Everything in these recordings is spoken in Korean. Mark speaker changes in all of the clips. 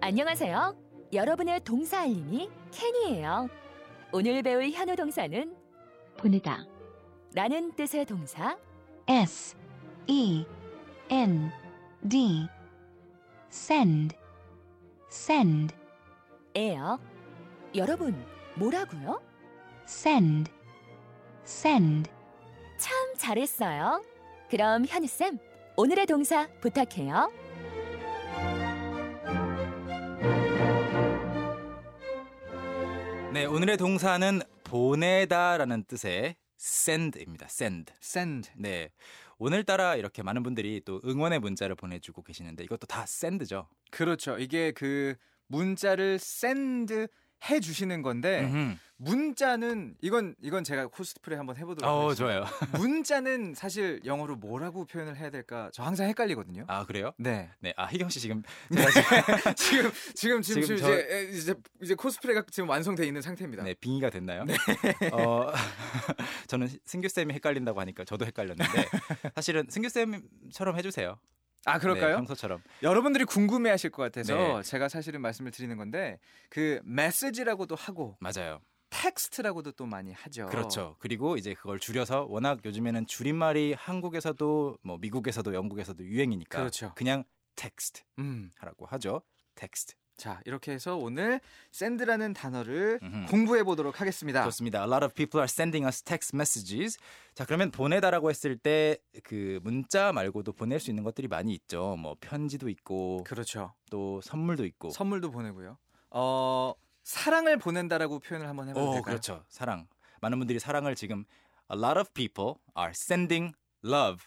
Speaker 1: 안녕하세요. 여러분의 동사 알림이 캔이에요. 오늘 배울 현우 동사는
Speaker 2: 보내다
Speaker 1: 라는 뜻의 동사
Speaker 2: S E N D send send
Speaker 1: 예요. 여러분, 뭐라고요?
Speaker 2: send send
Speaker 1: 참 잘했어요. 그럼 현우쌤, 오늘의 동사 부탁해요.
Speaker 3: 네, 오늘의 동사는 보내다라는 뜻의 send입니다. send.
Speaker 4: send.
Speaker 3: 네. 오늘따라 이렇게 많은 분들이 또 응원의 문자를 보내주고 계시는데 이것도 다 send죠.
Speaker 4: 그렇죠. 이게 그 문자를 send 해 주시는 건데
Speaker 3: 음흠.
Speaker 4: 문자는 이건 이건 제가 코스프레 한번 해보도록
Speaker 3: 어,
Speaker 4: 하겠습니다.
Speaker 3: 좋아요.
Speaker 4: 문자는 사실 영어로 뭐라고 표현을 해야 될까 저 항상 헷갈리거든요.
Speaker 3: 아, 그래요?
Speaker 4: 네.
Speaker 3: 네. 아, 희경 씨 지금
Speaker 4: 지금 지금 지금,
Speaker 3: 지금
Speaker 4: 지금
Speaker 3: 저-
Speaker 4: 이제, 에, 이제 이제 코스프레가 지금 완성돼 있는 상태입니다.
Speaker 3: 네, 빙의가 됐나요? 어, 저는 승규 쌤이 헷갈린다고 하니까 저도 헷갈렸는데 사실은 승규 쌤처럼 해주세요.
Speaker 4: 아
Speaker 3: 네,
Speaker 4: 그럴까요?
Speaker 3: 평소처럼.
Speaker 4: 여러분들이 궁금해하실 것 같아서
Speaker 3: 네.
Speaker 4: 제가 사실은 말씀을 드리는 건데 그 메시지라고도 하고
Speaker 3: 맞아요.
Speaker 4: 텍스트라고도 또 많이 하죠.
Speaker 3: 그렇죠. 그리고 이제 그걸 줄여서 워낙 요즘에는 줄임말이 한국에서도 뭐 미국에서도 영국에서도 유행이니까
Speaker 4: 그렇죠.
Speaker 3: 그냥 텍스트
Speaker 4: 음.
Speaker 3: 하라고 하죠. 텍스트.
Speaker 4: 자 이렇게 해서 오늘 샌드라는 단어를
Speaker 3: 음흠.
Speaker 4: 공부해 보도록 하겠습니다.
Speaker 3: 좋습니다. A lot of people are sending us text messages. 자, 그러면 보내다라고 했을 때 그 문자 말고도 보낼 수 있는 것들이 많이 있죠. 뭐 편지도 있고
Speaker 4: 그렇죠.
Speaker 3: 또 선물도 있고.
Speaker 4: 선물도 보내고요. 어 사랑을 보낸다라고 표현을 한번 해봐도
Speaker 3: 오,
Speaker 4: 될까요?
Speaker 3: 그렇죠. 사랑. 많은 분들이 사랑을 지금 a lot of people are sending love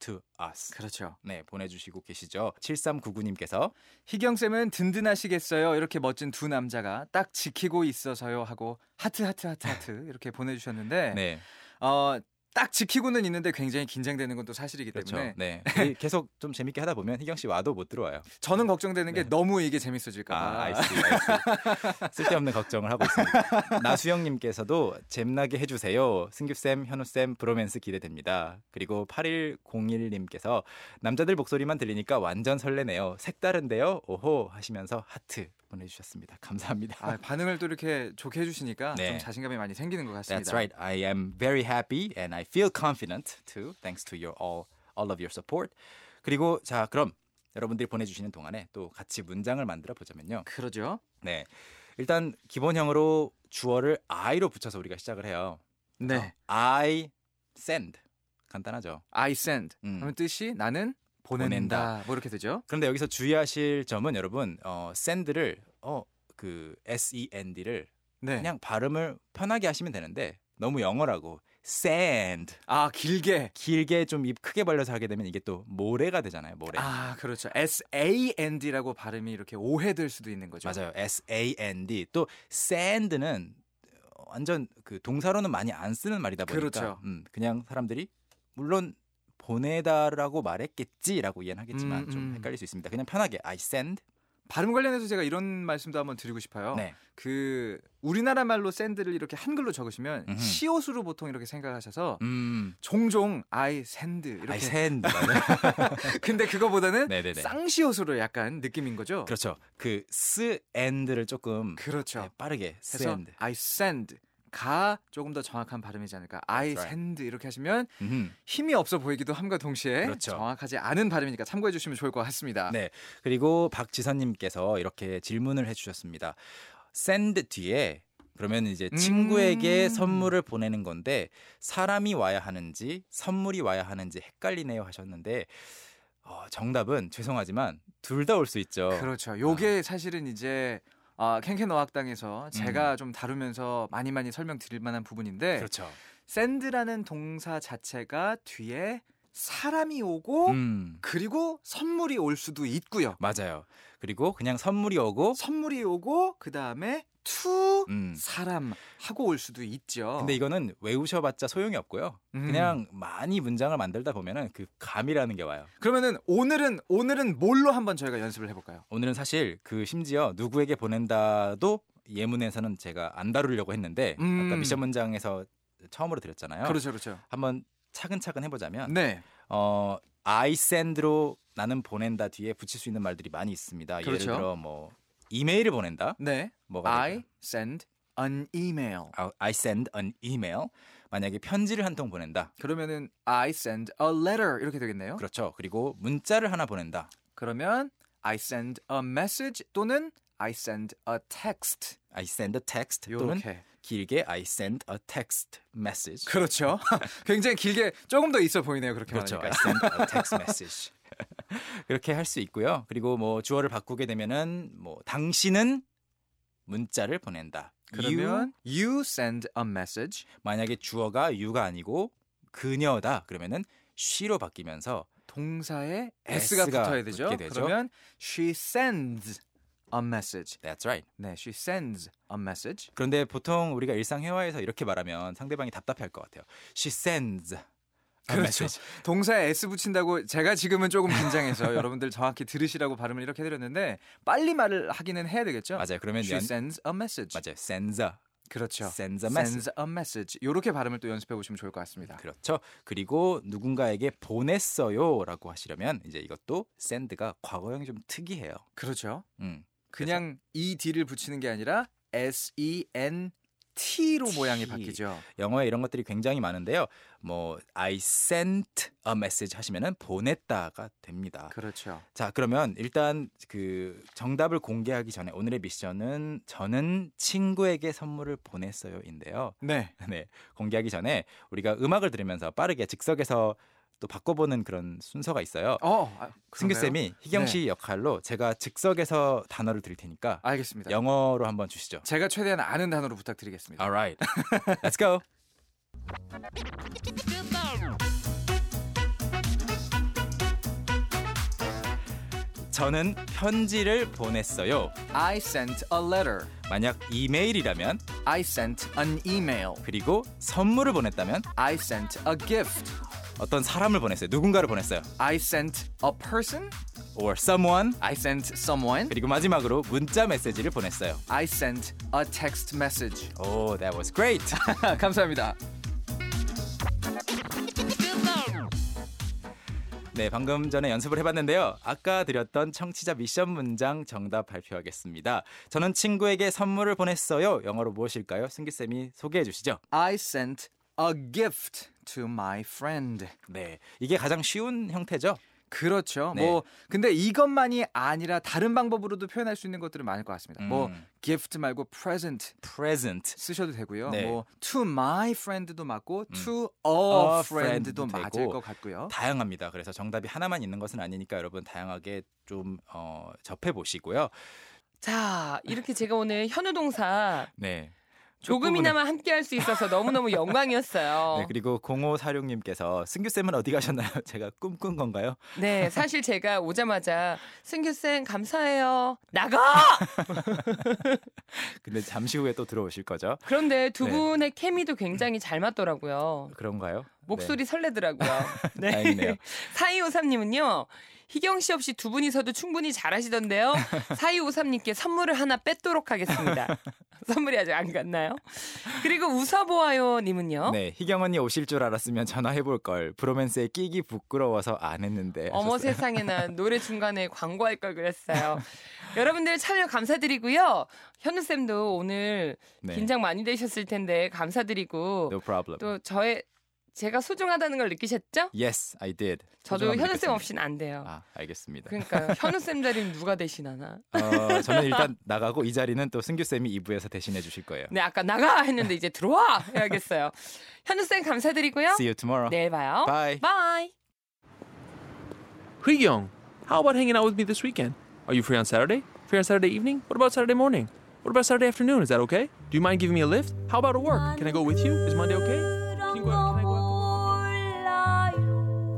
Speaker 3: to us.
Speaker 4: 그렇죠.
Speaker 3: 네, 보내주시고 계시죠. 7399님께서
Speaker 4: 희경 쌤은 든든하시겠어요. 이렇게 멋진 두 남자가 딱 지키고 있어서요 하고 하트 하트 하트 하트 이렇게 보내주셨는데
Speaker 3: 네,
Speaker 4: 어 딱 지키고는 있는데 굉장히 긴장되는 건 또 사실이기
Speaker 3: 그렇죠.
Speaker 4: 때문에
Speaker 3: 네, 우리 계속 좀 재밌게 하다 보면 희경 씨 와도 못 들어와요.
Speaker 4: 저는 걱정되는 게
Speaker 3: 네.
Speaker 4: 너무 이게 재밌어질까
Speaker 3: 아,
Speaker 4: 봐.
Speaker 3: 아이스, 아이스. 쓸데없는 걱정을 하고 있습니다. 나수영님께서도 잼나게 해주세요. 승규쌤, 현우쌤, 브로맨스 기대됩니다. 그리고 8101님께서 남자들 목소리만 들리니까 완전 설레네요. 색다른데요? 오호! 하시면서 하트 보내주셨습니다. 감사합니다.
Speaker 4: 아, 반응을 또 이렇게 좋게 해주시니까
Speaker 3: 네.
Speaker 4: 좀 자신감이 많이 생기는 것 같습니다.
Speaker 3: That's right. I am very happy and I feel confident too, thanks to your all, all of your support. 그리고 자, 그럼 여러분들이 보내주시는 동안에 또 같이 문장을 만들어 보자면요.
Speaker 4: 그러죠.
Speaker 3: 네. 일단 기본형으로 주어를 I로 붙여서 우리가 시작을 해요.
Speaker 4: 네.
Speaker 3: I send. 간단하죠.
Speaker 4: I send
Speaker 3: 음.
Speaker 4: 하면 뜻이 나는 보낸다.
Speaker 3: 보낸다.
Speaker 4: 뭐 이렇게 되죠.
Speaker 3: 그런데 여기서 주의하실 점은 여러분 어, send를 어, 그 send를
Speaker 4: 네.
Speaker 3: 그냥 발음을 편하게 하시면 되는데 너무 영어라고 send
Speaker 4: 아 길게.
Speaker 3: 길게 좀 입 크게 벌려서 하게 되면 이게 또 모래가 되잖아요. 모래.
Speaker 4: 아 그렇죠. S A N D라고 발음이 이렇게 오해될 수도 있는 거죠.
Speaker 3: 맞아요. S A N D 또 sand는 완전 그 동사로는 많이 안 쓰는 말이다 보니까
Speaker 4: 그렇죠.
Speaker 3: 음, 그냥 사람들이 물론 보내다라고 말했겠지라고 이해는 하겠지만
Speaker 4: 음,
Speaker 3: 좀
Speaker 4: 음.
Speaker 3: 헷갈릴 수 있습니다. 그냥 편하게 I send.
Speaker 4: 발음 관련해서 제가 이런 말씀도 한번 드리고 싶어요.
Speaker 3: 네.
Speaker 4: 그 우리나라 말로 샌드를 이렇게 한글로 적으시면
Speaker 3: 음흠.
Speaker 4: 시옷으로 보통 이렇게 생각하셔서
Speaker 3: 음.
Speaker 4: 종종 I send 이렇게.
Speaker 3: I send.
Speaker 4: 근데 그거보다는
Speaker 3: 네네네.
Speaker 4: 쌍시옷으로 약간 느낌인 거죠.
Speaker 3: 그렇죠. 그 s and를 조금
Speaker 4: 그렇죠.
Speaker 3: 네, 빠르게
Speaker 4: 그래서
Speaker 3: send.
Speaker 4: I send 가 조금 더 정확한 발음이지 않을까. I
Speaker 3: That's right.
Speaker 4: send 이렇게 하시면
Speaker 3: 음.
Speaker 4: 힘이 없어 보이기도 함과 동시에
Speaker 3: 그렇죠.
Speaker 4: 정확하지 않은 발음이니까 참고해 주시면 좋을 것 같습니다.
Speaker 3: 네. 그리고 박지선님께서 이렇게 질문을 해주셨습니다. send 뒤에 그러면 이제
Speaker 4: 음.
Speaker 3: 친구에게 선물을 보내는 건데 사람이 와야 하는지 선물이 와야 하는지 헷갈리네요 하셨는데 어, 정답은 죄송하지만 둘 다 올 수 있죠.
Speaker 4: 그렇죠. 요게
Speaker 3: 아.
Speaker 4: 사실은 이제 아, 캔캔 어학당에서 제가 좀 다루면서 많이 많이 설명드릴 만한 부분인데
Speaker 3: 음. 그렇죠.
Speaker 4: send라는 동사 자체가 뒤에 사람이 오고
Speaker 3: 음,
Speaker 4: 그리고 선물이 올 수도 있고요.
Speaker 3: 맞아요. 그리고 그냥 선물이 오고
Speaker 4: 선물이 오고 그다음에 to
Speaker 3: 음.
Speaker 4: 사람 하고 올 수도 있죠.
Speaker 3: 근데 이거는 외우셔봤자 소용이 없고요.
Speaker 4: 음.
Speaker 3: 그냥 많이 문장을 만들다 보면은 그 감이라는 게 와요.
Speaker 4: 그러면은 오늘은 오늘은 뭘로 한번 저희가 연습을 해볼까요?
Speaker 3: 오늘은 사실 그 심지어 누구에게 보낸다도 예문에서는 제가 안 다루려고 했는데
Speaker 4: 음.
Speaker 3: 아까 미션 문장에서 처음으로 드렸잖아요. 아.
Speaker 4: 그렇죠, 그렇죠.
Speaker 3: 한번 차근차근 해보자면
Speaker 4: 네,
Speaker 3: 어 I send로 나는 보낸다 뒤에 붙일 수 있는 말들이 많이 있습니다. 예를
Speaker 4: 그렇죠.
Speaker 3: 들어 뭐 이메일을 보낸다.
Speaker 4: 네.
Speaker 3: 뭐가
Speaker 4: I
Speaker 3: 될까요?
Speaker 4: send an email.
Speaker 3: 아, I send an email. 만약에 편지를 한 통 보낸다.
Speaker 4: 그러면은 I send a letter 이렇게 되겠네요.
Speaker 3: 그렇죠. 그리고 문자를 하나 보낸다.
Speaker 4: 그러면 I send a message 또는 I send a text
Speaker 3: I send a text 또는
Speaker 4: 이렇게.
Speaker 3: 길게 I send a text message.
Speaker 4: 그렇죠. 굉장히 길게 조금 더 있어 보이네요. 그렇게
Speaker 3: 그렇죠. I
Speaker 4: 말하니까.
Speaker 3: send a text message. 그렇게 할 수 있고요. 그리고 뭐 주어를 바꾸게 되면은 뭐 당신은 문자를 보낸다. You,
Speaker 4: 그러면 you, send a message
Speaker 3: 만약에 주어가 you가 아니고 그녀다. 그러면은 she로 바뀌면서
Speaker 4: 동사에
Speaker 3: S가
Speaker 4: s가, 붙어야 되죠.
Speaker 3: 붙게 되죠.
Speaker 4: 그러면 she sends a message.
Speaker 3: that's right.
Speaker 4: 네, she sends a message.
Speaker 3: 그런데 보통 우리가 일상 회화에서 이렇게 말하면 상대방이 답답해할 것 같아요. She sends a
Speaker 4: 그렇죠.
Speaker 3: message.
Speaker 4: 동사에 s 붙인다고 제가 지금은 조금 긴장해서 여러분들 정확히 들으시라고 발음을 이렇게 해드렸는데 빨리 말을 하기는 해야 되겠죠.
Speaker 3: 맞아요. 그러면
Speaker 4: She
Speaker 3: 연,
Speaker 4: sends a message.
Speaker 3: 맞아요. sends a
Speaker 4: 그렇죠.
Speaker 3: sends a message.
Speaker 4: sends a message. 이렇게 발음을 또 연습해 보시면 좋을 것 같습니다.
Speaker 3: 그렇죠. 그리고 누군가에게 보냈어요라고 하시려면 이제 이것도 send가 과거형이 좀 특이해요.
Speaker 4: 그렇죠.
Speaker 3: 음.
Speaker 4: 그냥 e d를 붙이는 게 아니라 s e n t로
Speaker 3: T.
Speaker 4: 모양이 바뀌죠.
Speaker 3: 영어에 이런 것들이 굉장히 많은데요. 뭐 I sent a message 하시면은 보냈다가 됩니다.
Speaker 4: 그렇죠.
Speaker 3: 자, 그러면 일단 그 정답을 공개하기 전에 오늘의 미션은 저는 친구에게 선물을 보냈어요인데요.
Speaker 4: 네.
Speaker 3: 네. 공개하기 전에 우리가 음악을 들으면서 빠르게 즉석에서 또 바꿔보는 그런 순서가 있어요.
Speaker 4: 어, 아,
Speaker 3: 승규
Speaker 4: 그러네요. 아,
Speaker 3: 쌤이 희경 씨 역할로 제가 즉석에서 단어를 드릴 테니까
Speaker 4: 알겠습니다.
Speaker 3: 영어로 한번 주시죠.
Speaker 4: 제가 최대한 아는 단어로 부탁드리겠습니다.
Speaker 3: Alright, let's go. 저는 편지를 보냈어요.
Speaker 4: I sent a letter.
Speaker 3: 만약 이메일이라면
Speaker 4: I sent an email.
Speaker 3: 그리고 선물을 보냈다면
Speaker 4: I sent a gift.
Speaker 3: 어떤 사람을 보냈어요. 누군가를 보냈어요.
Speaker 4: I sent a person.
Speaker 3: Or someone.
Speaker 4: I sent someone.
Speaker 3: 그리고 마지막으로 문자 메시지를 보냈어요.
Speaker 4: I sent a text message.
Speaker 3: Oh, that was great.
Speaker 4: 감사합니다.
Speaker 3: 네, 방금 전에 연습을 해봤는데요. 아까 드렸던 청취자 미션 문장 정답 발표하겠습니다. 저는 친구에게 선물을 보냈어요. 영어로 무엇일까요? 승기 쌤이 소개해 주시죠.
Speaker 4: I sent a gift to my friend.
Speaker 3: 네, 이게 가장 쉬운 형태죠.
Speaker 4: 그렇죠.
Speaker 3: 네.
Speaker 4: 뭐 근데 이것만이 아니라 다른 방법으로도 표현할 수 있는 것들은 많을 것 같습니다. 뭐
Speaker 3: 음.
Speaker 4: gift 말고 present
Speaker 3: Present.
Speaker 4: 쓰셔도 되고요.
Speaker 3: 네.
Speaker 4: 뭐 to my friend도 맞고 to
Speaker 3: A
Speaker 4: 음. a,
Speaker 3: friend도
Speaker 4: friend도 맞을
Speaker 3: 되고.
Speaker 4: 것 같고요.
Speaker 3: 다양합니다. 그래서 정답이 하나만 있는 것은 아니니까 여러분 다양하게 좀 어, 접해 보시고요.
Speaker 5: 자, 이렇게 제가 오늘 현우 동사
Speaker 3: 네.
Speaker 5: 조금이나마 함께 할 수 있어서 너무너무 영광이었어요.
Speaker 3: 네, 그리고 0546님께서 승규쌤은 어디 가셨나요? 제가 꿈꾼 건가요?
Speaker 5: 네, 사실 제가 오자마자 승규쌤 감사해요. 나가!
Speaker 3: 근데 잠시 후에 또 들어오실 거죠?
Speaker 5: 그런데 두
Speaker 3: 네.
Speaker 5: 분의 케미도 굉장히 잘 맞더라고요.
Speaker 3: 그런가요?
Speaker 5: 목소리 설레더라고요.
Speaker 3: 네. 다행이네요.
Speaker 5: 4253님은요. 희경 씨 없이 두 분이서도 충분히 잘하시던데요. 4253님께 선물을 하나 뺏도록 하겠습니다. 선물이 아직 안 갔나요? 그리고 웃어보아요 님은요.
Speaker 3: 네, 희경 언니 오실 줄 알았으면 전화해볼 걸. 브로맨스에 끼기 부끄러워서 안 했는데.
Speaker 5: 어머
Speaker 3: 네, 하셨어요.
Speaker 5: 세상에나 노래 중간에 광고할 걸 그랬어요. 여러분들 참여 감사드리고요. 현우 쌤도 오늘
Speaker 3: 네.
Speaker 5: 긴장 많이 되셨을 텐데 감사드리고
Speaker 3: No problem.
Speaker 5: 또 저의 제가 소중하다는 걸 느끼셨죠?
Speaker 3: Yes, I did.
Speaker 5: 저도
Speaker 3: 소중함을
Speaker 5: 현우 쌤
Speaker 3: 느꼈습니다.
Speaker 5: 없이는 안 돼요.
Speaker 3: 아, 알겠습니다.
Speaker 5: 그러니까 요 현우 쌤 자리는 누가 대신하나?
Speaker 3: 어, 저는 일단 나가고 이 자리는 또 승규 쌤이 2부에서 대신해 주실 거예요.
Speaker 5: 네 아까 나가 했는데 이제 들어와 해야겠어요. 현우 쌤 감사드리고요.
Speaker 3: See you tomorrow.
Speaker 5: 내일 봐요.
Speaker 3: Bye.
Speaker 5: 바이.
Speaker 6: Young, how about hanging out with me this weekend? Are you free on Saturday? Free on Saturday evening? What about Saturday morning? What about Saturday afternoon? Is that okay? Do you mind giving me a lift? How about at work? Can I go with you? Is Monday okay? Can you go out, can I go out?